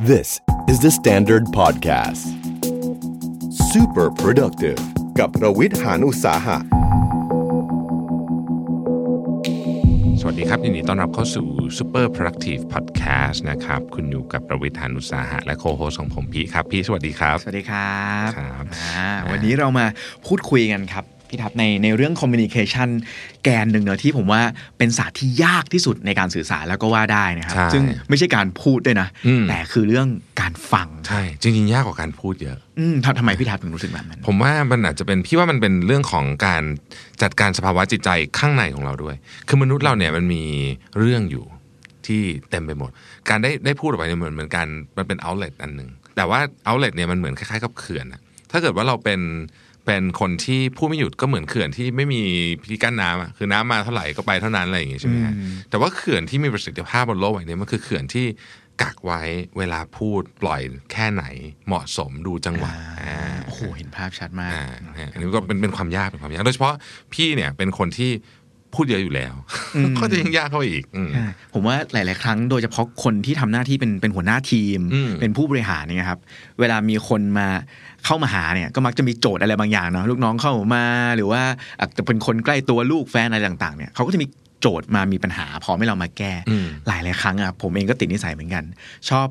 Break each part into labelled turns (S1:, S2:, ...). S1: This is the Standard Podcast Super Productive กับประวิทย์หานอุตสาหะ
S2: สวัสดีครับยินดีต้อนรับเข้าสู่ Super Productive Podcast นะครับ คุณอยู่กับประวิทยหานุตสาหะ และโคโฮสของผมพี่ครับ พี่สวัสดีครับ
S3: สวัสดีครับ
S2: ครับ
S3: อ่าวันนี้เรามาพูดคุยกันครับ พี่ทับในในเรื่องคอมมิวนิเคชันแกนหนึ่งเนอะที่ผมว่าเป็นศาสตร์ที่ยากที่สุดในการสื่อสารแล้วก็ว่าได้นะครั
S2: ใช่
S3: ซึ่งไม่ใช่การพูดด้วยนะ
S2: อืม
S3: แต่คือเรื่องการฟัง
S2: ใช่ จริงๆ ยากกว่าการพูดเยอะ
S3: อืมทำทำไมพี่ทับถึงรู้สึกแบบนั้น
S2: ผมว่ามันอาจจะเป็นพี่ว่ามันเป็นเรื่องของการจัดการสภาวะจิตใจข้างในของเราด้วย คือมนุษย์เราเนี่ยมันมีเรื่องอยู่ที่เต็มไปหมด การได้ได้พูดออกไปเนี่ยเหมือนเหมือนการมันเป็น outlet อันหนึ่งแต่ว่า outlet เนี่ยมันเหมือนคล้ายๆกับเขื่อนอะถ้าเกิดว่าเราเป็นเป็นคนที่พูดไม่หยุดก็เหมือนเขื่อนที่ไม่มีที่กั้นน้ำอะคือน้ำมาเท่าไหร่ก็ไปเท่านั้นอะไรอย่างงี้ใช่ไหมฮะ
S3: อืม
S2: แต่ว่าเขื่อนที่มีประสิทธิภาพบนโลกใบนี้มันคือเขื่อนที่กักไว้เวลาพูดปล่อยแค่ไหนเหมาะสมดูจังหวะอ่า
S3: โอ้โหเห็นภาพชัดมาก
S2: อ่าฮะอันนี้ก็เป็นเป็นความยากเป็นความยาก โดยเฉพาะพี่เนี่ยเป็นคนที่พูดเยอะอยู่แล้ว
S3: อืม
S2: ก็จะยิ่งยากเข้าไปอีกอืม
S3: ใช่ผมว่าหลาย ๆ ครั้งโดยเฉพาะคนที่ทำหน้าที่เป็นเป็นหัวหน้าทีม
S2: อืม
S3: เป็นผู้บริหารเนี่ยครับ เวลามีคนมาเข้ามาหาเนี่ยก็มักจะมีโจทย์อะไรบางอย่างเนาะลูกน้องเข้ามาหรือว่าอาจจะเป็นคนใกล้ตัวลูกแฟนอะไรต่าง ๆ เนี่ยเขาก็จะมีโจทย์มามีปัญหาพร้อมให้เรามาแก้
S2: อืม
S3: หลาย ๆ ครั้งอะผมเองก็ติดนิสัยเหมือนกัน ชอบ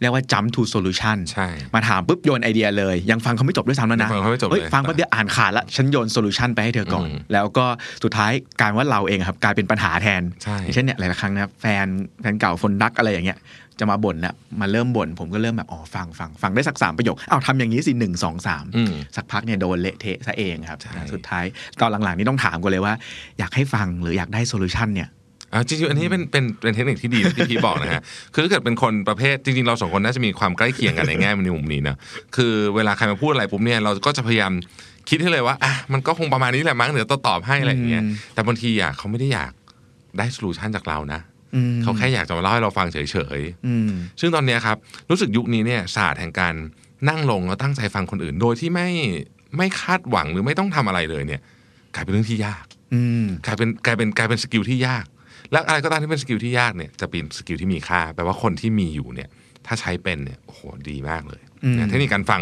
S3: เรียกว่า jump to solution
S2: ใช่
S3: มาถามปุ๊บโยนไอเดียเลย ยังฟังเขาไม่จบด้วยซ้ำแล้ว
S2: ยั
S3: นะ
S2: งฟังเขาไม่จบเลย
S3: อ้ฟังแป๊บเดียวอ่านขาดละฉันโยนโซลูชันไปให้เธอก่อน
S2: อืม
S3: แล้วก็สุดท้ายกลารว่าเราเองครับกลายเป็นปัญหาแทน
S2: ใช่
S3: อย่างเช่นเนี่ยหลายๆครั้งนะครับแฟนแฟนเก่าคนรักอะไรอย่างเงี้ยจะมาบ่นละมาเริ่มบ่นผมก็เริ่มแบบอ๋อฟังฟังฟังได้สักสามประโยคอ้าวทำอย่างนี้สิหนึ่งสองสาม
S2: อืม
S3: สักพักเนี่ยโดนเละเทะซะเองครับ
S2: ใช่
S3: สุดท้ายตอนหลังๆนี่ต้องถามกันเลยว่า อยากให้ฟังหรืออยากได้โซลูชันเนี่ย
S2: อ่าจริงๆอันนี้เป็นเป็นเป็นเทคนิคที่ดีนะที่พี่บอกนะฮะ คือถ้าเกิดเป็นคนประเภทจริงๆ เราสองคนน่าจะมีความใกล้เคียงกันในแง่ในมุมนี้นะคือเวลาใครมาพูดอะไรปุ๊บเนี่ยเราก็จะพยายามคิดให้เลยว่าอ่ะมันก็คงประมาณนี้แหละมั้งเดี๋ยวตอบให้อะไรอย่างเงี้ยแต่บางทีอ่ะเขาไม่ได้อยากได้โซลูชันจากเรานะ
S3: อืม
S2: เขาแค่อยากจะมาเล่าให้เราฟังเฉยๆ
S3: อืม
S2: ซึ่งตอนเนี้ยครับ รู้สึกยุคนี้เนี่ยศาสตร์แห่งการนั่งลงแล้วตั้งใจฟังคนอื่น โดยที่ไม่ไม่คาดหวังหรือไม่ต้องทำอะไรเลยเนี่ยกลายเป็นเรื่องที่ยาก
S3: อืม
S2: กลายเป็นกลายเป็นกลายเป็นสกิลที่ยาก แล้วอะไรก็ตามที่เป็นสกิลที่ยากเนี่ยจะเป็นสกิลที่มีค่าแปลว่าคนที่มีอยู่เนี่ยถ้าใช้เป็นเนี่ยโอ้โหดีมากเลย
S3: อืม
S2: นะเทคนิคการฟัง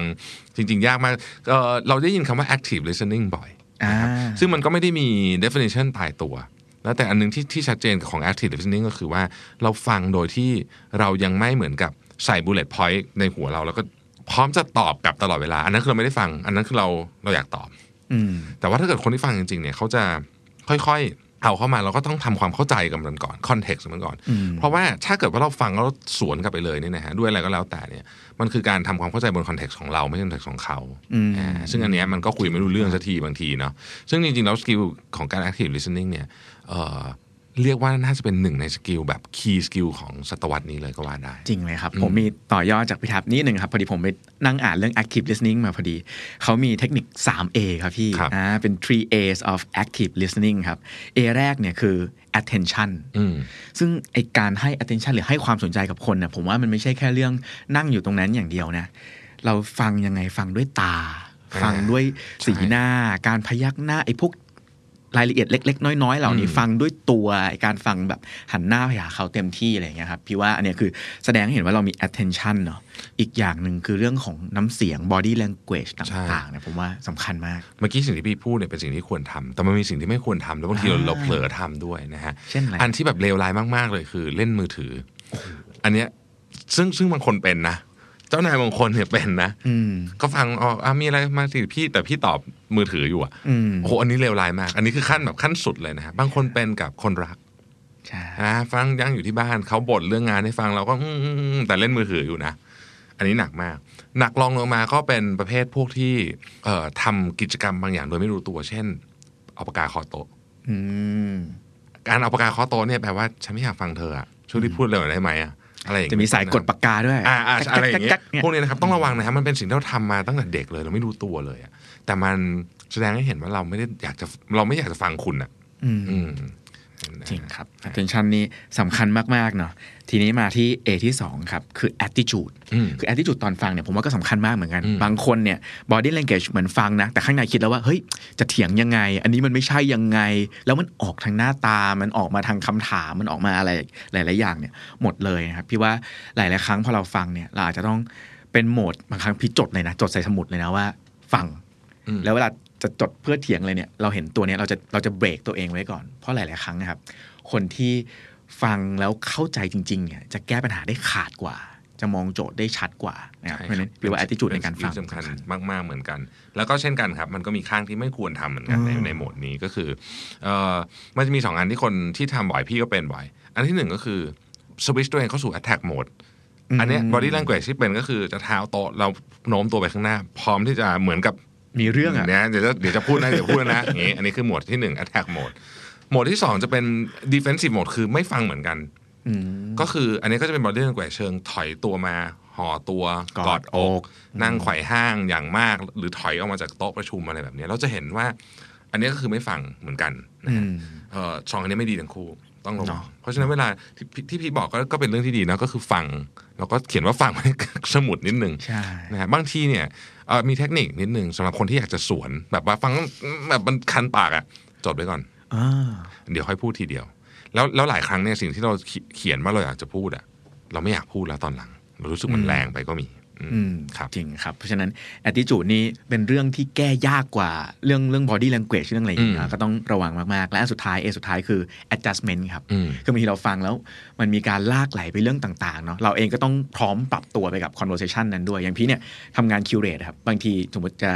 S2: จริง ๆ ยากมากเอ่อเราได้ยินคำว่า active listening บ่อย
S3: อ่า
S2: ซึ่งมันก็ไม่ได้มี definition ตายตัว แล้วแต่อันหนึงที่ที่ชัดเจนของ active listening ก็คือว่าเราฟังโดยที่เรายังไม่เหมือนกับใส่ bullet point ในหัวเรา แล้วก็พร้อมจะตอบกลับตลอดเวลา อันนั้นคือเราไม่ได้ฟัง อันนั้นคือเราเราอยากตอบ
S3: อืม
S2: แต่ว่าถ้าเกิดคนที่ฟังจริงๆเนี่ยเขาจะค่อยๆ เอาเข้ามาเราก็ต้องทำความเข้าใจกับมันก่อน context มันก่อน
S3: อืม
S2: เพราะว่าถ้าเกิดว่าเราฟังแล้วสวนกลับไปเลยเนี่ยนะฮะด้วยอะไรก็แล้วแต่เนี่ยมันคือการทำความเข้าใจบน context ของเราไม่ใช่ context ของเขา
S3: อืม
S2: อ่าซึ่งอันเนี้ยมันก็คุยไม่รู้เรื่องสักทีบางทีเนาะซึ่งจริงๆ แล้วสกิลของการ active listening เนี่ยเอ่อเรียกว่าน่าจะเป็นหนึ่งในสกิลแบบ key skill ของศตวรรษนี้เลยก็ว่าได้
S3: จริงเลยครับ
S2: อืม
S3: ผมมีต่อยอดจากพี่ทับนิดหนึ่งครับ พอดีผมไปนั่งอ่านเรื่อง active listening มาพอดี เขามีเทคนิค 3A ครับพี่
S2: ครับ
S3: อ่าเป็น three A's of active listening ครับ A แรกเนี่ยคือ attention
S2: อืม
S3: ซึ่งไอการให้ attention หรือให้ความสนใจกับคนเนี่ยผมว่ามันไม่ใช่แค่เรื่องนั่งอยู่ตรงนั้นอย่างเดียวนะ เราฟังยังไงฟังด้วยตา
S2: อ่า
S3: ฟังด้วยสี
S2: ใช่
S3: หน้า การพยักหน้าไอพวกรายละเอียดเล็ก ๆ น้อย ๆ เหล่านี้
S2: อืม
S3: ฟังด้วยตัวไอ้การฟังแบบหันหน้าไปหาเขาเต็มที่อะไรอย่างเงี้ยครับพี่ว่าอันเนี้ยคือแสดงให้เห็นว่าเรามี attention เนอะอีกอย่างหนึ่งคือเรื่องของน้ำเสียง body language ต่างๆเนี่ยผมว่าสำคัญมาก
S2: เมื่อกี้สิ่งที่พี่พูดเนี่ยเป็นสิ่งที่ควรทำแต่มันมีสิ่งที่ไม่ควรทำแล้วบางทีเรา
S3: อ่า
S2: เราเผลอทำด้วยนะฮะ
S3: เช่นอะไร
S2: อันที่แบบเลวร้ายมากๆเลยคือเล่นมือถือ อันเนี้ยซึ่งซึ่งบางคนเป็นนะ เจ้านายบางคนเนี่ยเป็นนะ
S3: อืม
S2: ก็ฟังอ๋ออ่ะมีอะไรมาสิพี่แต่พี่ตอบมือถืออยู่อะ
S3: อืม
S2: โอ้โหอันนี้เลวร้ายมาก อันนี้คือขั้นแบบขั้นสุดเลยนะฮะบางคนเป็นกับคนรัก
S3: ใช่
S2: อ่าฟังยังอยู่ที่บ้านเขาบ่นเรื่องงานให้ฟังเราก็อืมอืมอืมแต่เล่นมือถืออยู่นะ อันนี้หนักมาก หนักรองลงมาก็เป็นประเภทพวกที่เอ่อทำกิจกรรมบางอย่างโดยไม่รู้ตัว เช่น เอาปากกาเคอโต๊ะ
S3: อืม
S2: การเอาปากกาเคอโต๊ะเนี่ยแปลว่าฉันไม่อยากฟังเธออะช่วยที่พูดเร็วหน่อยได้ไหมอะอะไรอย่าง
S3: จะมีสายกดปากกาด้วย
S2: อ่าอ่าอะไรอย่างเงี้
S3: จั
S2: ย
S3: กๆๆๆเนี่ย
S2: พวกนี้นะครับต้องระวังนะครับมันเป็นสิ่งที่เราทำมาตั้งแต่เด็กเลยเราไม่รู้ตัวเลยอะแต่มันแสดงให้เห็นว่าเราไม่ได้อยากจะเราไม่อยากจะฟังคุณอะ
S3: อืม
S2: อืม
S3: จริงครับ attention นี่สำคัญมากๆเนาะทีนี้มาที่ A ที่ 2 ครับ คือ attitude
S2: อืม
S3: คือ attitude ตอนฟังเนี่ยผมว่าก็สำคัญมากเหมือนกัน
S2: อืม
S3: บางคนเนี่ย body language เหมือนฟังนะ แต่ข้างในคิดแล้วว่า เฮ้ย จะเถียงยังไง อันนี้มันไม่ใช่ยังไง แล้วมันออกทางหน้าตา มันออกมาทางคำถาม มันออกมาอะไรหลาย ๆ อย่างเนี่ย หมดเลยนะครับ พี่ว่าหลาย ๆ ครั้งพอเราฟังเนี่ย เราอาจจะต้องเป็นโหมดบางครั้งพี่จดเลยนะ จดใส่สมุดเลยนะว่า ฟัง
S2: อืม
S3: แล้วเวลาจะจดเพื่อเถียงเลยเนี่ย เราเห็นตัวเนี้ยเราจะเราจะเบรกตัวเองไว้ก่อน เพราะหลาย ๆ ครั้งนะครับ คนที่ฟังแล้วเข้าใจจริง ๆ เนี่ย จะแก้ปัญหาได้ขาดกว่า จะมองโจทย์ได้ชัดกว่านะครับ
S2: ใช่
S3: เพราะฉะนั้นหรือว่า attitude ในการฟัง
S2: สำคัญมาก ๆ เหมือนกัน แล้วก็เช่นกันครับ มันก็มีข้างที่ไม่ควรทำเหมือนกันใน
S3: อืม
S2: ในโหมดนี้ก็คือเอ่อมันจะมีสองอันที่คนที่ทำบ่อยพี่ก็เป็นบ่อย อันที่หนึ่งก็คือสวิชตัวเองเข้าสู่ attack mode อันเนี้ย body language ที่เป็นก็คือจะเท้าโต๊ะเราโน้มตัวไปข้างหน้า พร้อมที่จะเหมือนกับ
S3: มีเรื่องอะ
S2: เนี่ยเดี๋ยวจะเดี๋ยวจะพูดนะ เดี๋ยวพูดนะอย่างงี้อันนี้คือหมวดที่หนึ่ง attack mode หมวดที่สองจะเป็น defensive mode คือไม่ฟังเหมือนกัน ก็คืออันนี้ก็จะเป็นบอดี้แลงแกวเชิงถอยตัวมาห่อตัว
S3: กอด
S2: กอดอก
S3: อก
S2: นั่งไขว่ห้างอย่างมาก หรือถอยออกมาจากโต๊ะประชุมอะไรแบบเนี้ยเราจะเห็นว่า อันนี้ก็คือไม่ฟังเหมือนกันนะ
S3: อื
S2: ฮะ
S3: ม
S2: เอ่อสองอันนี้ไม่ดีทั้งคู่ต้องระวัง
S3: เนาะ
S2: เพราะฉะนั้นเวลาที่พี่ที่พี่บอกก็ก็เป็นเรื่องที่ดีนะก็คือฟังแล้วก็เขียนว่าฟัง ไว้ในสมุดนิดนึง
S3: ใช่
S2: นะฮะบางทีเนี่ยเอ่อมีเทคนิคนิดนึงสำหรับคนที่อยากจะสวน แบบว่าฟังแบบมันคันปากอะ่ะจดไว้ก่อน
S3: อ่า
S2: เดี๋ยวค่อยพูดทีเดียว แล้วแล้วหลายครั้งเนี่ยสิ่งที่เราเขีเขียนว่าเราอยากจะพูดอะ่ะ เราไม่อยากพูดแล้วตอนหลัง เรารู้สึกมัน
S3: อืม
S2: แรงไปก็มีอืม
S3: อืม
S2: ครับ
S3: จริงครับ เพราะฉะนั้น attitude นี้เป็นเรื่องที่แก้ยากกว่าเรื่องเรื่อง body language เรื่องอะไรอย่างเงี้ยก็ต้องระวังมากๆ และอันสุดท้ายเอสุดท้ายคือ adjustment ครับ
S2: อืม
S3: คือบางทีเราฟังแล้วมันมีการลากไหลไปเรื่องต่างๆเนาะเราเองก็ต้องพร้อมปรับตัวไปกับ conversation นั้นด้วย อย่างพี่เนี่ยทำงาน curate ครับ บางทีสมมติจะ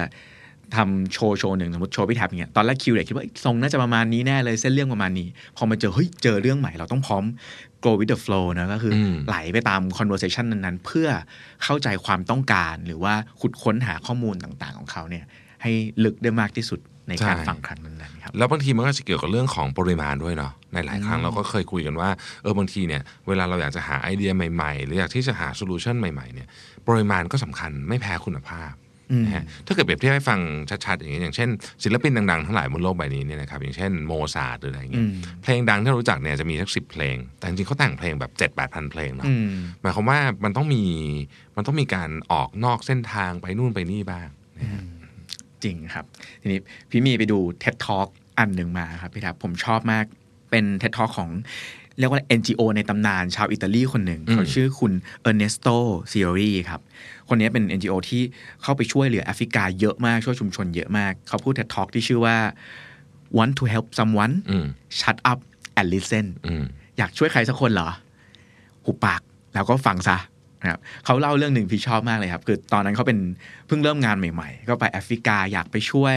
S3: ทำโชว์โชว์หนึ่งสมมติโชว์พี่แท็บอย่างเงี้ยตอนแรก curate คิดว่าเอ้ยทรงน่าจะประมาณนี้แน่เลยเส้นเรื่องประมาณนี้ พอมาเจอเฮ้ยเจอเรื่องใหม่เราต้องพร้อม go with the flow นะก็คืออ
S2: ม
S3: ไหลไปตาม conversation นั้นๆ เพื่อเข้าใจความต้องการหรือว่าขุดค้นหาข้อมูลต่างๆ ของเขาเนี่ยให้ลึกได้มากที่สุดในการฟังครั้งนั้นๆครับ
S2: แล้วบางทีมันก็จะเกี่ยวกับเรื่องของปริมาณด้วยเนาะในหลายครั้งเราก็เคยคุยกันว่าเออบางทีเนี่ยเวลาเราอยากจะหาไอเดียใหม่ๆ หรืออยากที่จะหาโซลูชันใหม่ๆเนี่ยปริมาณก็สำคัญไม่แพ้คุณภาพ
S3: อืม
S2: นะฮะถ้าเกิดเปรียบเทียบให้ฟังชัดๆอย่างเงี้ยอย่างเช่นศิลปินดังๆทั้งหลายบนโลกใบนี้เนี่ยนะครับอย่างเช่นโมซาร์ทหรืออะไร
S3: อื
S2: เงี้ย
S3: ม
S2: เพลงดังที่เรารู้จักเนี่ยจะมีสักสิบเพลง แต่จริงๆเขาแต่งเพลงแบบเจ็ดแปดพันเพลงเนาะ
S3: อืม
S2: หมายความว่ามันต้องมีมันต้องมีการออกนอกเส้นทางไปนู่นไปนี่บ้าง
S3: จริงครับ ทีนี้พี่มีไปดู TED Talk อันหนึ่งมาครับพี่ครับผมชอบมากเป็น TED Talk ของ เรียกว่า NGO ในตำนานชาวอิตาลีคนหนึ่ง
S2: อืม
S3: เขาชื่อคุณเอ n e เนสโตซิโอรีครับ คนนี้เป็น NGO ที่เข้าไปช่วยเหลือแอฟริกาเยอะมาก ช่วยชุมชนเยอะมาก เขาพูด TED Talk ที่ชื่อว่า want to help someone
S2: อืม
S3: shut up and listen
S2: อืม
S3: อยากช่วยใครสักคนเหรอ หุบปากแล้วก็ฟังซะนะครับเขาเล่าเรื่องหนึ่งพี่ชอบมากเลยครับ คือตอนนั้นเขาเป็นเพิ่งเริ่มงานใหม่ ๆ ก็ไปแอฟริกาอยากไปช่วย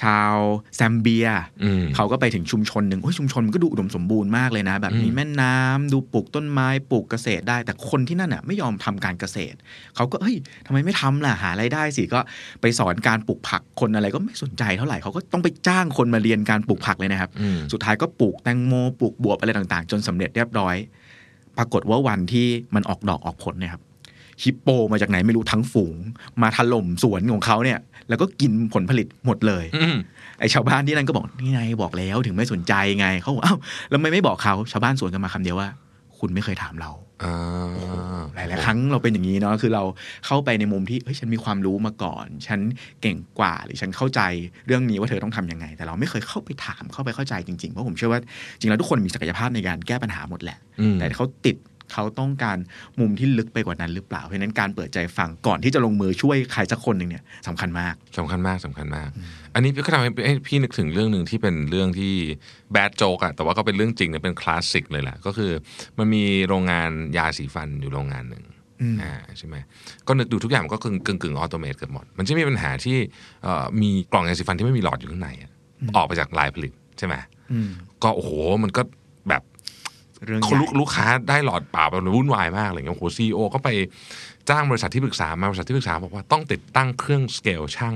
S3: ชาวแซมเบีย
S2: อืม
S3: เขาก็ไปถึงชุมชนหนึ่งโอ้ยชุมชนมันก็ดูอุดมสมบูรณ์มากเลยนะ แบบมี
S2: อืม
S3: แม่น้ำดูปลูกต้นไม้ปลูกเกษตรได้ แต่คนที่นั่นน่ะไม่ยอมทำการเกษตร เขาก็เฮ้ยทำไมไม่ทำล่ะหารายได้สิก็ไปสอนการปลูกผักคนอะไรก็ไม่สนใจเท่าไหร่เขาก็ต้องไปจ้างคนมาเรียนการปลูกผักเลยนะครับ
S2: อืม
S3: สุดท้ายก็ปลูกแตงโมปลูกบวบอะไรต่างๆ จนสำเร็จเรียบร้อย ปรากฏว่าวันที่มันออกดอกออกผลเนี่ยครับฮิปโปมาจากไหนไม่รู้ทั้งฝูง มาถล่มสวนของเขาเนี่ย แล้วก็กินผลผลิตหมดเลย
S2: อืม
S3: ไอชาวบ้านที่นั่นก็บอกนี่ไงบอกแล้วถึงไม่สนใจไงเขาบอกอ้าวแล้วทำไม่ไม่บอกเขาชาวบ้านสวนกันมาคำเดียวว่า คุณไม่เคยถามเรา
S2: อ่า
S3: หลาย ๆ ครั้งเราเป็นอย่างนี้เนาะคือเราเข้าไปในมุมที่เฮ้ยฉันมีความรู้มาก่อน ฉันเก่งกว่าหรือฉันเข้าใจเรื่องนี้ว่าเธอต้องทำยังไง แต่เราไม่เคยเข้าไปถามเข้าไปเข้าใจจริง ๆ เพราะผมเชื่อว่าจริง ๆ แล้วทุกคนมีศักยภาพในการแก้ปัญหาหมดแหละ
S2: อืม
S3: แต่เขาติดเขาต้องการมุมที่ลึกไปกว่านั้นหรือเปล่าเพราะฉะนั้นการเปิดใจฟังก่อนที่จะลงมือช่วยใครสักคนหนึ่งเนี่ยสำคัญมาก
S2: สำคัญมากสำคัญมาก อันนี้ก็ทำให้ให้พี่นึกถึงเรื่องหนึ่งที่เป็นเรื่องที่แบดโจกอะแต่ว่าก็เป็นเรื่องจริงเนี่ยเป็นคลาสสิกเลยแหละก็คือ มันมีโรงงานยาสีฟันอยู่โรงงานหนึ่ง
S3: อืม
S2: อ่าใช่ไหมก็นึกดูทุกอย่างมันก็กึ่งกึ่งกึ่งออโตเมตเกือบหมด มันจะมีปัญหาที่เอ่อมีกล่องยาสีฟันที่ไม่มีหลอดอยู่ข้างในอะออกไปจากลายผลิตใช่ไหม
S3: อืม
S2: ก็โอ้โหมันก็แบบ
S3: เรื่องให
S2: คน
S3: ญ่
S2: ลูกลูกค้าได้หลอดเปล่ามันวุ่นวายมากอะไรเงี้ยโอ้โหซีโอก็ไปจ้างบริษัทที่ปรึกษามาบริษัทที่ปรึกษาบอกว่าต้องติดตั้งเครื่องสเกลช่าง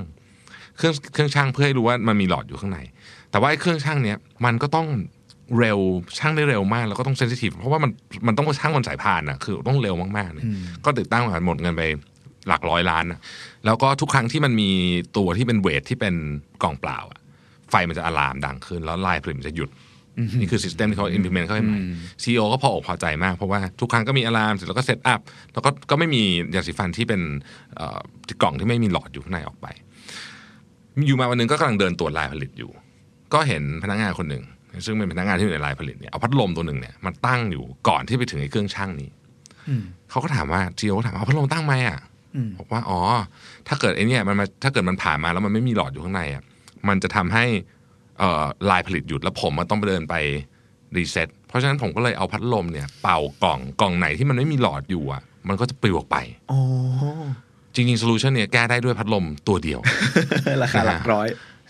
S2: เครื่องเครื่องช่างเพื่อให้รู้ว่ามันมีหลอดอยู่ข้างใน แต่ว่าไอ้เครื่องช่างเนี้ยมันก็ต้องเร็วช่างได้เร็วมาก แล้วก็ต้องเซนซิทีฟเพราะว่ามันมันต้องช่างบนสายพานอะคือต้องเร็วมากๆเนี่ยก็ติดตั้งหมดเงินไปหลักร้อยล้านอะแล้วก็ทุกครั้งที่มันมีตัวที่เป็นเวทที่เป็นกล่องเปล่าอะไฟมันจะอะลามดังขึ้น แล้วลายผลิตมันจะหยุด นี่คือ system ที่เขา implement เข้าไปใหม่ CEO ก็พออกพอใจมาก เพราะว่าทุกครั้งก็มีอะลามเสร็จแล้วก็เซตอัพแล้วก็ก็ไม่มียาสีฟันที่เป็นเอ่อกล่องที่ไม่มีหลอดอยู่ข้างในออกไป อยู่มาวันหนึงก็กำลังเดินตรวจลายผลิตอยู่ ก็เห็นพนักงานคนหนึ่งซึ่งเป็นพนักงานที่อยู่ในลายผลิตเนี่ยเอาพัดลมตัวหนึ่งเนี่ยมันตั้งอยู่ก่อนที่ไปถึงไอ้เครื่องช่างนี้เขาก็ถามว่า CEO ก็ถามว่าเอาพัดลมตั้งไหมอ่ะ บอกว่าอ๋อ ถ้าเกิดไอเนี่ยมันมาถ้าเกิดมันผ่านมาแล้วมันไม่มีหลอดอยู่ข้างในอ่ะมันจะทำให้เอ่อลายผลิตหยุดแล้วผมมันต้องไปเดินไปรีเซ็ตเพราะฉะนั้นผมก็เลยเอาพัดลมเนี่ย เป่ากล่องกล่องไหนที่มันไม่มีหลอดอยู่อ่ะ มันก็จะปลิวออกไป
S3: โอ้
S2: จริงๆโซลูชันเนี่ยแก้ได้ด้วยพัดลมตัวเดียว
S3: ราคาหลักร้อย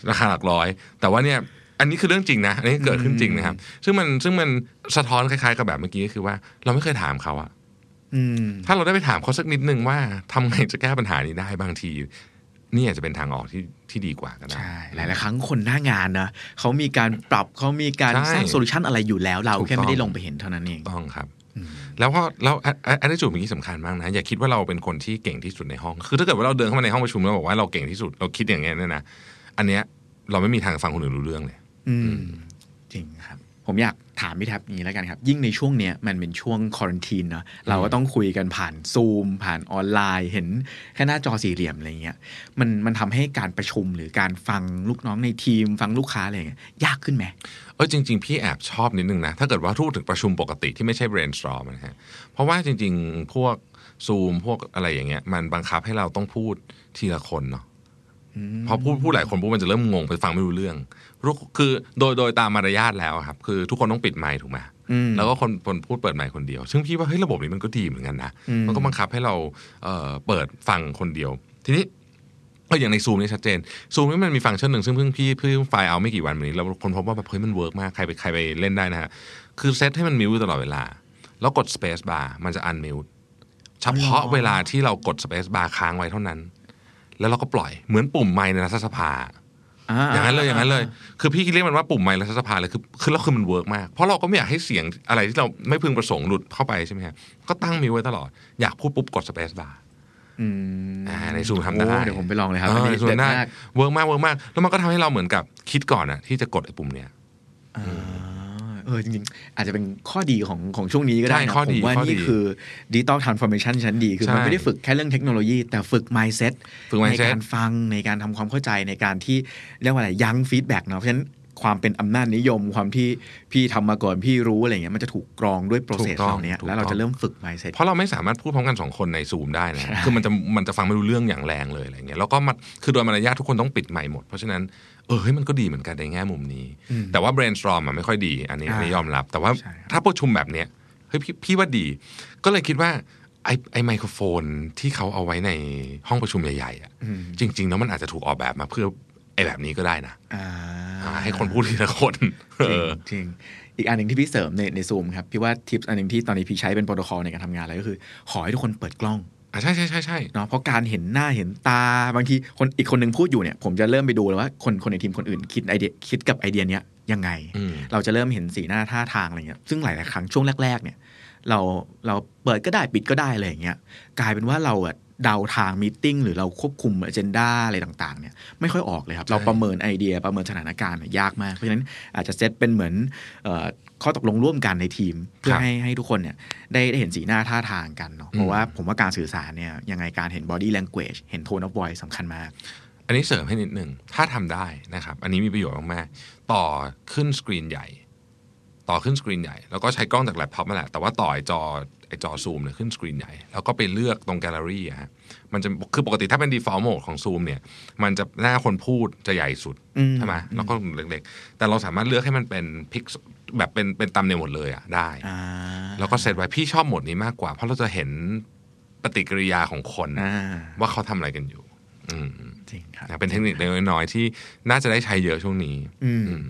S2: ราคาหลักร้อย แต่ว่าเนี่ยอันนี้คือเรื่องจริงนะ อันนี้เกิดขึ้นจริงนะครับ ซึ่งมันซึ่งมันสะท้อนคล้ายๆกับแบบเมื่อกี้ก็คือว่าเราไม่เคยถามเขาอะ
S3: อืม
S2: ถ้าเราได้ไปถามเขาสักนิดนึงว่าทำไงจะแก้ปัญหานี้ได้บางที นี่อาจจะเป็นทางออกที่ที่ดีกว่าก็ได้
S3: ใช่ หลาย ๆ ครั้งคนหน้างานนะเขามีการปรับเขามีการ
S2: ใช่
S3: สร้างโซลูชันอะไรอยู่แล้ว เรา
S2: ถูก
S3: แค่ไม่
S2: ต้
S3: ได้
S2: อง
S3: ลงไปเห็นเท่านั้นเอง
S2: ต้องครับ แล้วก็แล้วอันนี้จุดเมื่อกี้สำคัญมากนะ อย่าคิดว่าเราเป็นคนที่เก่งที่สุดในห้อง คือถ้าเกิดว่าเราเดินเข้ามาในห้องประชุมแล้วบอกว่าเราเก่งที่สุดเราคิดอย่างเงี้ยเนี่ยนะอันเนี้ยเราไม่มีทางฟังคนอื่นรู้เรื่องเลย
S3: อืม จริงครับ ผมอยากถามพี่แท็บอย่างนี้แล้วกันครับ ยิ่งในช่วงเนี้ยมันเป็นช่วงควอรันทีนเนาะเราก็ต้องคุยกันผ่านซูม ผ่านออนไลน์ เห็นแค่หน้าจอสี่เหลี่ยมอะไรเงี้ยมันมันทำให้การประชุมหรือการฟังลูกน้องในทีม ฟังลูกค้าอะไรเงี้ยยากขึ้นไหม
S2: เออจริง ๆ พี่แอบชอบนิดนึงนะ ถ้าเกิดว่าพูดถึงประชุมปกติที่ไม่ใช่ brainstorm นะฮะเพราะว่าจริง ๆ พวกซูมพวกอะไรอย่างเงี้ย มันบังคับให้เราต้องพูดทีละคนเนาะพอพูดพูดหลายคนปุ๊บมันจะเริ่มงงไปฟังไม่รู้เรื่องรู้คือโดยโดยตามมารยาทแล้วอะครับ คือทุกคนต้องปิดไมค์ถูกไหม
S3: อืม
S2: แล้วก็คนคนพูดเปิดไมค์คนเดียว ซึ่งพี่ว่าเฮ้ยระบบนี้มันก็ดีเหมือนกันนะมันก็บังคับให้เราเอ่อเปิดฟังคนเดียว ทีนี้ ก็อย่างในซูมนี่ชัดเจนซูมนี่มันมีฟังก์ชันหนึ่งซึ่งเพิ่งพี่เพิ่งไฟล์เอาไม่กี่วันมานี้ แล้วคนพบว่าแบบเฮ้ยมันเวิร์กมาก ใครไปใครไปเล่นได้นะฮะ คือเซตให้มันมิวตลอดเวลา แล้วกด Space Bar มันจะอันมิวเฉพาะเวลาที่เรากด Space Bar ค้างไว้เท่านั้น แล้วเราก็ปล่อยเหมือนปุ่มไมค์ในรัฐสภา อย่างนั้นเลยอย่างนั้นเลย คือพี่เรียกมันว่าปุ่มไมค์รัฐสภาเลยคือคือแล้วคือมันเวิร์กมาก เพราะเราก็ไม่อยากให้เสียงอะไรที่เราไม่พึงประสงค์หลุดเข้าไปใช่ไหมฮะก็ตั้งมิวไว้ตลอดอยากพูดปุ๊บกด Space Bar
S3: อืม
S2: อ่าในซูมทำได้
S3: โอ้เดี๋ยวผมไปลองเลยครับ
S2: ออในซูม
S3: เด็ด
S2: ได้
S3: มาก
S2: เวิร์กมากเวิร์กมาก แล้วมันก็ทำให้เราเหมือนกับคิดก่อนอะที่จะกดไอ้ปุ่มเนี้ย
S3: อ่าเออจริงๆ อาจจะเป็นข้อดีของของช่วงนี้ก็ได้
S2: ใช่
S3: นะ
S2: ข้อ
S3: ผ
S2: ดี
S3: มว่า
S2: ข้อดี
S3: นี่คือดิจิตอลทรานส์ฟอร์เมชันชั้นดี คือ
S2: ใช่
S3: มันไม่ได้ฝึกแค่เรื่องเทคโนโลยี แต่ฝึก mindset
S2: ฝึก
S3: ใน
S2: mindset
S3: การฟังในการทำความเข้าใจในการที่เรียกว่าอะไรยั้งฟีดแบ็กเนาะเพราะฉะนั้นความเป็นอำนาจนิยมความที่พี่ทำมาก่อนพี่รู้อะไรเงี้ยมันจะถูกกรองด้วยโปรเซส
S2: ถูกต้อง
S3: เหล่านี้
S2: ถูกต้อง
S3: แล้วเราจะเริ่มฝึก mindset
S2: เพราะเราไม่สามารถพูดพร้อมกันสองคนในซูมได้นะ คือมันจะมันจะฟังไม่รู้เรื่องอย่างแรงเลยอะไรเงี้ย แล้วก็มันคือโดยมารยาททุกคนต้องปิดไมค์หมด เพราะฉะนั้น เออเฮ้ยมันก็ดีเหมือนกันในแง่มุมนี้ แต่ว่า brainstorm อะไม่ค่อยดี อันนี้
S3: อ่า
S2: อันนี้ยอมรับ แต่ว่า
S3: ใช่ครับ
S2: ถ้าประชุมแบบเนี้ย เฮ้ยพี่พี่ว่าดี ก็เลยคิดว่าไอ้ไอ้ไมโครโฟนที่เขาเอาไว้ในห้องประชุมใหญ่ๆอะจริง ๆ แล้วมันอาจจะถูกออกแบบมาเพื่อไอ้แบบนี้ก็ได้นะ
S3: อ่า
S2: อ่าให้คนพูดทีละคน
S3: จ
S2: เอ
S3: ริง
S2: อ
S3: จริงอีกอันหนึ่งที่พี่เสริมในในซูมครับ พี่ว่าทิปอันหนึ่งที่ตอนนี้พี่ใช้เป็นโปรโตคอลในการทำงานเลยก็คือ ขอให้ทุกคนเปิดกล้อง
S2: อ่ะใช่ใช่ใช่ใช่
S3: เนาะเพราะการเห็นหน้าเห็นตาบางทีคนอีกคนหนึ่งพูดอยู่เนี่ย ผมจะเริ่มไปดูแล้วว่าคนคนในทีมคนอื่นคิดไอเดียคิดกับไอเดียเนี้ยยังไง
S2: อืม
S3: เราจะเริ่มเห็นสีหน้าท่าทางอะไรเงี้ยซึ่งหลายๆครั้งช่วงแรก ๆ เนี่ย เราเราเปิดก็ได้ปิดก็ได้อะไรอย่างเงี้ยกลายเป็นว่าเราอะเดาทางมีติ้งหรือเราควบคุมอเจนดาอะไรต่างๆเนี่ยไม่ค่อยออกเลยครับ เราประเมินไอเดียประเมินสถานการณ์เนี่ยยากมาก เพราะฉะนั้นอาจจะเซตเป็นเหมือนเอ่อข้อตกลงร่วมกันในทีม เพื่อให้ให้ทุกคนเนี่ยได้ได้เห็นสีหน้าท่าทางกันเนาะเพราะว่าผมว่าการสื่อสารเนี่ยยังไงการเห็น body language เห็น tone of voice สำคัญมาก
S2: อันนี้เสริมให้นิดหนึ่ง ถ้าทำได้นะครับ อันนี้มีประโยชน์มากๆ ต่อขึ้นสกรีนใหญ่ ต่อขึ้นสกรีนใหญ่ แล้วก็ใช้กล้องจากแล็ปท็อปมาแหละ แต่ว่าต่อไอจอไอจอซูมเนี่ยขึ้นสกรีนใหญ่ แล้วก็ไปเลือกตรงแกลเลอรี่อะฮะ มันจะ คือปกติถ้าเป็น default mode ของซูมเนี่ย มันจะหน้าคนพูดจะใหญ่สุด
S3: อืม
S2: ใช่ไหมแล้วก็เล็กๆ แต่เราสามารถเลือกให้มันเป็นพิกแบบเป็นเป็นตำเนหมดเลยอะได้
S3: อ่า
S2: แล้วก็เซตไว้ พี่ชอบโหมดนี้มากกว่า เพราะเราจะเห็นปฏิกิริยาของคน
S3: อ่า
S2: ว่าเขาทำอะไรกันอยู่ อืม
S3: จริงครับ
S2: นะเป็นเทคนิคเล็กๆน้อยๆที่น่าจะได้ใช้เยอะช่วงนี้
S3: อืม
S2: อืม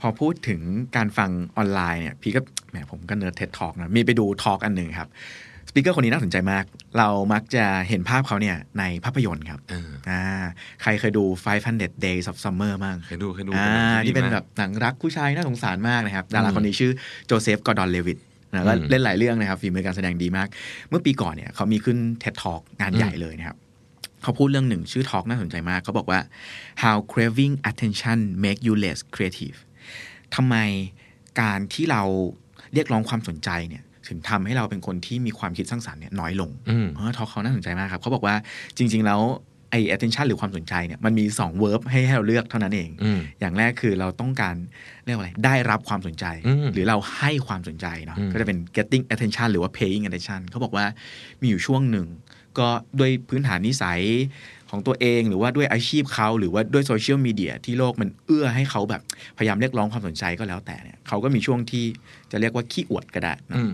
S3: พอพูดถึงการฟังออนไลน์เนี่ย พี่ก็แหมผมก็เนิร์ดเท็ดทอกนะ มีไปดูทอกอันหนึ่งครับสปีกเกอร์คนนี้น่าสนใจมาก เรามักจะเห็นภาพเขาเนี่ยในภาพยนตร์ครับ
S2: เออ
S3: อ่าใครเคยดู 500 Days of Summer บ้าง
S2: เคยดูเคยดู
S3: อ่าที่เป็น
S2: ดีมาก
S3: แบบหนังรักผู้ชายน่าสงสารมากนะครับ ดาราคนนี้ชื่อโจเซฟกอร์ดอนเลวิตนะก็
S2: อืม
S3: เล่นหลายเรื่องนะครับฝีมือการแสดงดีมาก เมื่อปีก่อนเนี่ยเขามีขึ้นเท็ดทอกงานใหญ่เลยนะครับ เขาพูดเรื่องหนึ่งชื่อทอ l k น่าสนใจมาก เขาบอกว่า how craving attention make you less creative ทำไม การที่เราเรียกร้องความสนใจเนี่ยถึงทำให้เราเป็นคนที่มีความคิดสร้างสรรค์เนี่ยน้อยลง
S2: อืม
S3: เออทอเขาน่าสนใจมากครับ เขาบอกว่าจริง ๆ แล้วไอ้ attention หรือความสนใจเนี่ยมันมี 2 verb ให้ให้เราเลือกเท่านั้นเอง
S2: อืม
S3: อย่างแรกคือเราต้องการเรียกว่าอะไร ได้รับความสนใจ
S2: อืม
S3: หรือเราให้ความสนใจเนาะ
S2: อืม
S3: ก็จะเป็น getting attention หรือว่า paying attention เขาบอกว่ามีอยู่ช่วงหนึ่ง ก็ด้วยพื้นฐานนิสัยของตัวเองหรือว่าด้วยอาชีพเขาหรือว่าด้วยโซเชียลมีเดียที่โลกมันเอื้อให้เขาแบบพยายามเรียกร้องความสนใจก็แล้วแต่เนี่ยเขาก็มีช่วงที่จะเรียกว่าขี้อวดก็ได้นะ
S2: อืม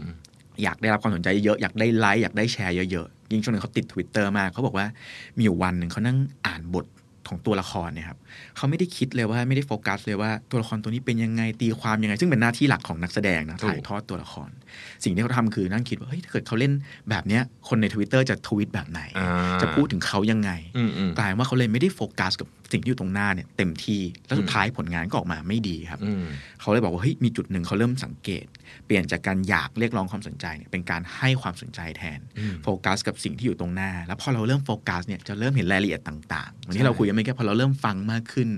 S3: อยากได้รับความสนใจเยอะๆอยากได้ไลค์อยากได้แชร์เยอะๆ ยิ่งช่วงนึงเขาติด Twitter มากเขาบอกว่ามีอยู่วันหนึ่งเขานั่งอ่านบทของตัวละครเนี่ยครับเขาไม่ได้คิดเลยว่าไม่ได้โฟกัสเลยว่าตัวละครตัวนี้เป็นยังไงตีความยังไง ซึ่งเป็นหน้าที่หลักของนักแสดงนะ
S2: ถูก
S3: ถ่ายทอดตัวละคร สิ่งที่เขาทำคือนั่งคิดว่าเฮ้ยถ้าเกิดเขาเล่นแบบเนี้ยคนใน Twitter จะทวิตแบบไหน
S2: อ่า
S3: จะพูดถึงเขายังไง
S2: อืมอืม
S3: กลายเป็นว่าเขาเลยไม่ได้โฟกัสกับสิ่งที่อยู่ตรงหน้าเนี่ยเต็มที่แล้วสุดท้ายผลงานก็ออกมาไม่ดีครับ
S2: อืม
S3: เขาเลยบอกว่าเฮ้ยมีจุดหนึ่งเขาเริ่มสังเกต เปลี่ยนจากการอยากเรียกร้องความสนใจเนี่ยเป็นการให้ความสนใจแทน
S2: อืม
S3: โฟกัสกับสิ่งที่อยู่ตรงหน้า แล้วพอเราเริ่มโฟกัสเนี่ยจะเริ่มเห็นรายละเอียดต่างๆเหมือน
S2: ใช่
S3: ที่เราคุยกันเมื่อกี้พอเราเริ่มฟังมากขึ้น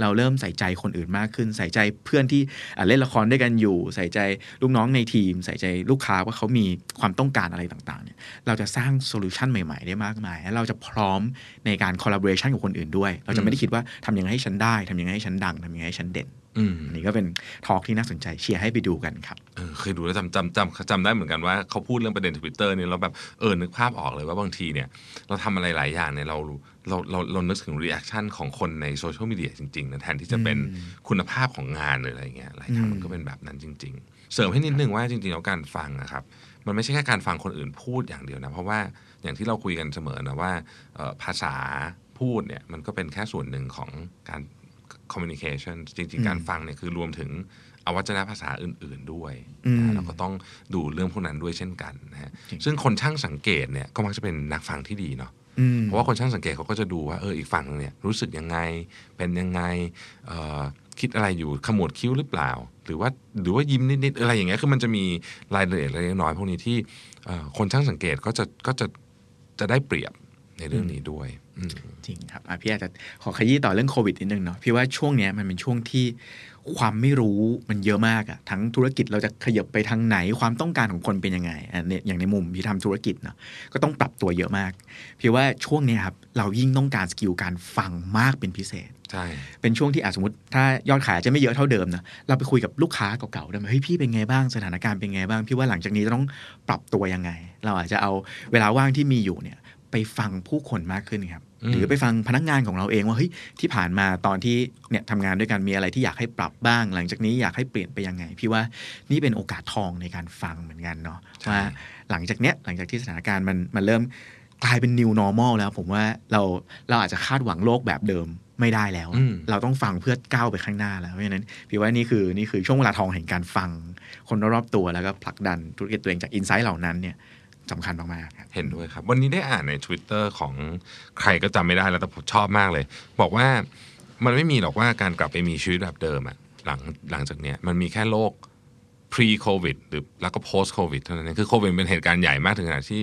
S3: เราเริ่มใส่ใจคนอื่นมากขึ้น ใส่ใจเพื่อนที่อ่ะเล่นละครด้วยกันอยู่ ใส่ใจลูกน้องในทีม ใส่ใจลูกค้าว่าเขามีความต้องการอะไรต่างๆเนี่ยเราจะสร้างโซลูชันใหม่ๆ ได้มากมายและเราจะพร้อมในการคอลลาบอร์ชันกับคนอื่นด้วย เราจะไม่ได้คิดว่าทำยังไงให้ฉันได้ทำยังไงให้ฉันดังทำยังไงให้ฉันเด่น
S2: อืม
S3: อันนี้ก็เป็นทอล์กที่น่าสนใจเชียร์ให้ไปดูกันครับ
S2: เออเคยดูแล้วจำจำจำจำได้เหมือนกันว่าเขาพูดเรื่องประเด็นทวิตเตอร์เนี่ยเราแบบเออนึกภาพออกเลยว่าบางทีเนี่ย เราทำอะไรหลายอย่างเนี่ยเราเราเราเรานึกถึงรีแอคชั่นของคนในโซเชียลมีเดียจริงๆนะแทนที่จะเป็นคุณภาพของงานหรืออะไรเงี้ยหลายครั้งมันก็เป็นแบบนั้นจริง ๆ เสริมให้นิดนึงว่าจริงๆแล้วการฟังนะครับ มันไม่ใช่แค่การฟังคนอื่นพูดอย่างเดียวนะ เพราะว่าอย่างที่เราคุยกันเสมอนะว่าเอ่อภาษาพูดเนี่ยมันก็เป็นแค่ส่วนหนึ่งของการ communication จริงๆ การฟังเนี่ยคือรวมถึงอวัจนภาษาอื่น ๆด้วยนะ
S3: อื
S2: ฮะ
S3: ม
S2: เราก็ต้องดูเรื่องพวกนั้นด้วยเช่นกันนะฮะ
S3: จริง
S2: ซึ่งคนช่างสังเกตเนี่ยก็มักจะเป็นนักฟังที่ดีเนาะเพราะว่าคนช่างสังเกตเขาก็จะดูว่าเอออีกฝั่งหนึ่งเนี่ยรู้สึกยังไง เป็นยังไงเอ่อคิดอะไรอยู่ขมวดคิ้วหรือเปล่า หรือว่าหรือว่ายิ้มนิดๆอะไรอย่างเงี้ยคือมันจะมีรายละเอียดเล็กๆน้อยๆพวกนี้ที่เอ่อคนช่างสังเกตก็จะก็จะจะได้เปรียบในเรื่องนี้ด้วยอืม
S3: จริงครับอ่ะพี่อาจจะขอขยี้ต่อเรื่องโควิดนิดนึงเนาะพี่ว่าช่วงเนี้ยมันเป็นช่วงที่ความไม่รู้มันเยอะมากอะทั้งธุรกิจเราจะขยับไปทางไหนความต้องการของคนเป็นยังไงอ่ะเนี่ยอย่างในมุมพี่ทำธุรกิจเนาะก็ต้องปรับตัวเยอะมาก พี่ว่าช่วงเนี้ยครับเรายิ่งต้องการสกิลการฟังมากเป็นพิเศษ
S2: ใช่
S3: เป็นช่วงที่อาสมมติ ถ้ายอดขายอาจจะไม่เยอะเท่าเดิมนะเราไปคุยกับลูกค้าเก่าๆได้ไหมเฮ้ยพี่เป็นไงบ้างสถานการณ์เป็นไงบ้าง พี่ว่าหลังจากนี้จะต้องปรับตัวยังไง เราอาจจะเอาเวลาว่างที่มีอยู่เนี่ยไปฟังผู้คนมากขึ้นครับ
S2: อืม
S3: หรือไปฟังพนักงานของเราเองว่าเฮ้ยที่ผ่านมาตอนที่เนี่ยทำงานด้วยกันมีอะไรที่อยากให้ปรับบ้าง หลังจากนี้อยากให้เปลี่ยนไปยังไง พี่ว่านี่เป็นโอกาสทองในการฟังเหมือนกันเนาะว่าหลังจากเนี้ยหลังจากที่สถานการณ์มันมันเริ่ม กลายเป็น new normal แล้วผมว่าเราเราอาจจะคาดหวังโลกแบบเดิมไม่ได้แล้วอะ
S2: อืม
S3: เราต้องฟังเพื่อก้าวไปข้างหน้าแล้วเพราะฉะนั้นพี่ว่านี่คือนี่คือช่วงเวลาทองแห่งการฟัง คนรอบๆตัวแล้วก็ผลักดันธุรกิจตัวเองจากอินไซต์เหล่านั้นเนี่ยสำคัญมากๆครับ
S2: เห็นด้วยครับ วันนี้ได้อ่านใน Twitter ของใครก็จำไม่ได้แล้วแต่ผมชอบมากเลย บอกว่ามันไม่มีหรอกว่าการกลับไปมีชีวิตแบบเดิมอะหลังหลังจากเนี้ยมันมีแค่โลก pre covid หรือแล้วก็ post covid เท่านั้นเองคือโควิดเป็นเหตุการณ์ใหญ่มากถึงขนาดที่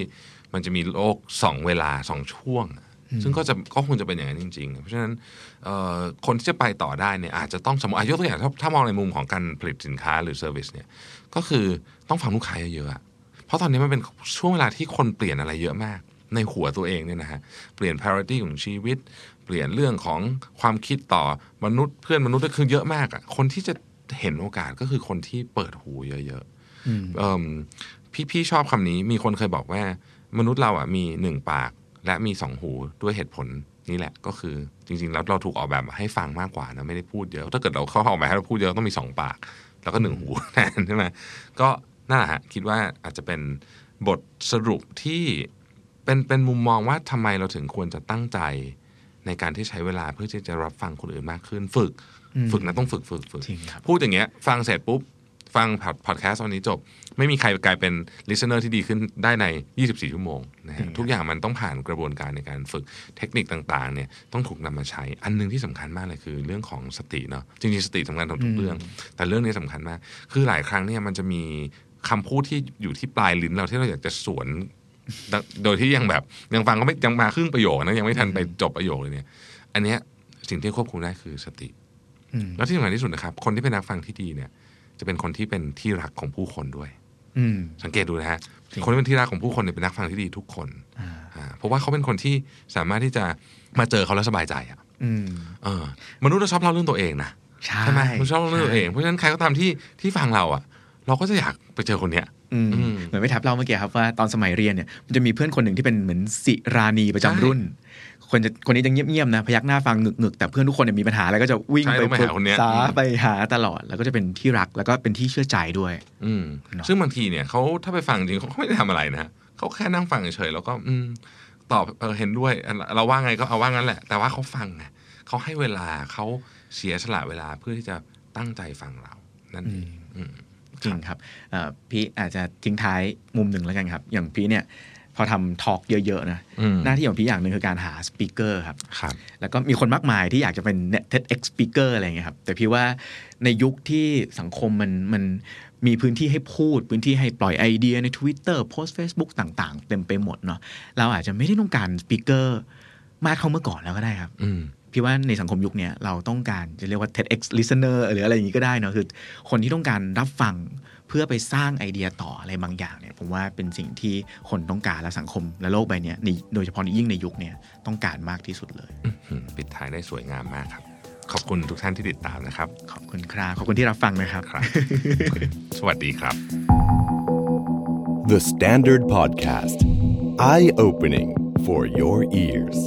S2: มันจะมีโลกสองเวลาสองช่วงอะซึ่งก็จะก็คงจะเป็นอย่างนั้นจริงๆ เพราะฉะนั้นเอ่อคนที่จะไปต่อได้เนี่ยอาจจะต้องสมมติอ่ะยกตัวอย่างถ้าถ้ามองในมุมของการผลิตสินค้าหรือเซอร์วิสเนี่ยก็คือต้องฟังลูกค้าเยอะๆอะ เพราะตอนนี้มันเป็นช่วงเวลาที่คนเปลี่ยนอะไรเยอะมาก ในหัวตัวเองเนี่ยนะฮะ เปลี่ยน parity ของชีวิต เปลี่ยนเรื่องของความคิดต่อมนุษย์เพื่อนมนุษย์ก็คือเยอะมากอะคนที่จะเห็นโอกาสก็คือคนที่เปิดหูเยอะๆเอิ่มพี่พี่ชอบคำนี้มีคนเคยบอกว่า มนุษย์เราอะมีหนึ่งปากและมีสองหูด้วยเหตุผลนี่แหละก็คือจริงๆแล้วเราถูกออกแบบมาให้ฟังมากกว่านะไม่ได้พูดเยอะ ถ้าเกิดเราเข้าออกแบบให้เราพูดเยอะต้องมีสองปาก แล้วก็หนึ่งหู แทนใช่ไหมก็น่าฮะคิดว่าอาจจะเป็นบทสรุปที่เป็นเป็นมุมมองว่าทำไมเราถึงควรจะตั้งใจ ในการที่ใช้เวลาเพื่อที่จะรับฟังคนอื่นมากขึ้น ฝึก
S3: อืม
S2: ฝึกนะต้องฝึกฝึกฝึก
S3: จริงครับ
S2: พูดอย่างเงี้ย ฟังเสร็จปุ๊บ ฟังพอดแคสต์วันนี้จบ ไม่มีใครกลายเป็น listener ที่ดีขึ้นได้ใน 24 ชั่วโมงนะ
S3: จริ
S2: ฮะ
S3: งครับ
S2: ทุกอย่างมันต้องผ่านกระบวนการในการฝึกเทคนิคต่างๆเนี่ยต้องถูกนำมาใช้ อันหนึงที่สำคัญมากเลยคือเรื่องของสติเนาะจริงๆสติสำคัญกับทุกเรื่อง แต่เรื่องนี้สำคัญมาก คือหลายครั้งเนี่ยมันจะมีคำพูดที่อยู่ที่ปลายลิ้นเราที่เราอยากจะสวน โดยที่ยังแบบยังฟังก็ไม่ยังมาครึ่งประโยคนะยังไม่ทันไปจบประโยคเลยเนี่ย อันเนี้ยสิ่งที่ควบคุมได้คือสติ
S3: อืม
S2: แล้วที่สำคัญที่สุดนะครับ คนที่เป็นนักฟังที่ดีเนี่ย จะเป็นคนที่เป็นที่รักของผู้คนด้วย
S3: อืม
S2: สังเกตดูนะฮะ
S3: จริง
S2: คนที่เป็นที่รักของผู้คนเนี่ยเป็นนักฟังที่ดีทุกคน
S3: อ่า
S2: อ่าเพราะว่าเขาเป็นคนที่สามารถที่จะมาเจอเขาแล้วสบายใจอ่ะ
S3: อืม
S2: เออมนุษย์เราชอบเล่าเรื่องตัวเองนะ
S3: ใช่
S2: ใช่ไหมมนุษย์ชอบเล่าเรื่องตัวเองเพราะฉะนั้นใครก็ตามที่ที่ฟังเราอ่ะ เราก็จะอยากไปเจอคนเนี้ย
S3: อืม
S2: อืม
S3: เหมือนไม่ทับเล่าเมื่อกี้ครับว่าตอนสมัยเรียนเนี่ยมันจะมีเพื่อนคนหนึ่งที่เป็นเหมือนสิรานีประจำ
S2: ใช่
S3: รุ่น คนจะคนนี้จะเงียบๆนะพยักหน้าฟังหนึกๆแต่เพื่อนทุกคนเนี่ยมีปัญหาอะไรก็จะวิ่ง
S2: ใช่
S3: ไป
S2: ต้องไปหาคนเนี้ย
S3: สาไปหาตลอดแล้วก็จะเป็นที่รักแล้วก็เป็นที่เชื่อใจด้วย
S2: อืม
S3: เนอะ
S2: ซึ่งบางทีเนี่ยเขาถ้าไปฟังจริงเขาก็ไม่ได้ทำอะไรนะเขาแค่นั่งฟังเฉยๆแล้วก็ อืม ตอบเออเห็นด้วยอ่ะเราว่าไงก็เอาว่างั้นแหละ แต่ว่าเขาฟังไงเขาให้เวลาเขาเสียสละเวลาเพื่อที่จะตั้งใจฟังเรา นั่นเองอืม
S3: จริงครับเอ่อพี่อาจจะทิ้งท้ายมุมหนึ่งแล้วกันครับ อย่างพี่เนี่ยพอทำทอล์กเยอะๆนะ
S2: อืม
S3: หน้าที่ของพี่อย่างหนึ่งคือการหาสปีกเกอร์ครับ
S2: ครับ
S3: แล้วก็มีคนมากมายที่อยากจะเป็นเนี่ย TEDx speaker อะไรอย่างเงี้ยครับ แต่พี่ว่าในยุคที่สังคมมันมันมีพื้นที่ให้พูด พื้นที่ให้ปล่อยไอเดียใน Twitter โพสต์ Facebook ต่าง ๆ เต็มไปหมดเนาะเราอาจจะไม่ได้ต้องการ speaker มากเท่าเมื่อก่อนแล้วก็ได้ครับ
S2: อืม
S3: พี่ว่าในสังคมยุคเนี้ยเราต้องการจะเรียกว่า TEDx listener หรืออะไรอย่างนี้ก็ได้เนาะคือ คนที่ต้องการรับฟังเพื่อไปสร้างไอเดียต่ออะไรบางอย่างเนี่ยผมว่าเป็นสิ่งที่คนต้องการและสังคมและโลกใบเนี้ยในโดยเฉพาะยิ่งในยุคเนี้ยต้องการมากที่สุดเลย
S2: อืมปิดท้ายได้สวยงามมากครับ ขอบคุณทุกท่านที่ติดตามนะครับ
S3: ขอบคุณครับ ขอบคุณที่รับฟังนะครับ
S2: ครับ สวัสดีครับ
S1: The Standard Podcast. Eye opening for your ears.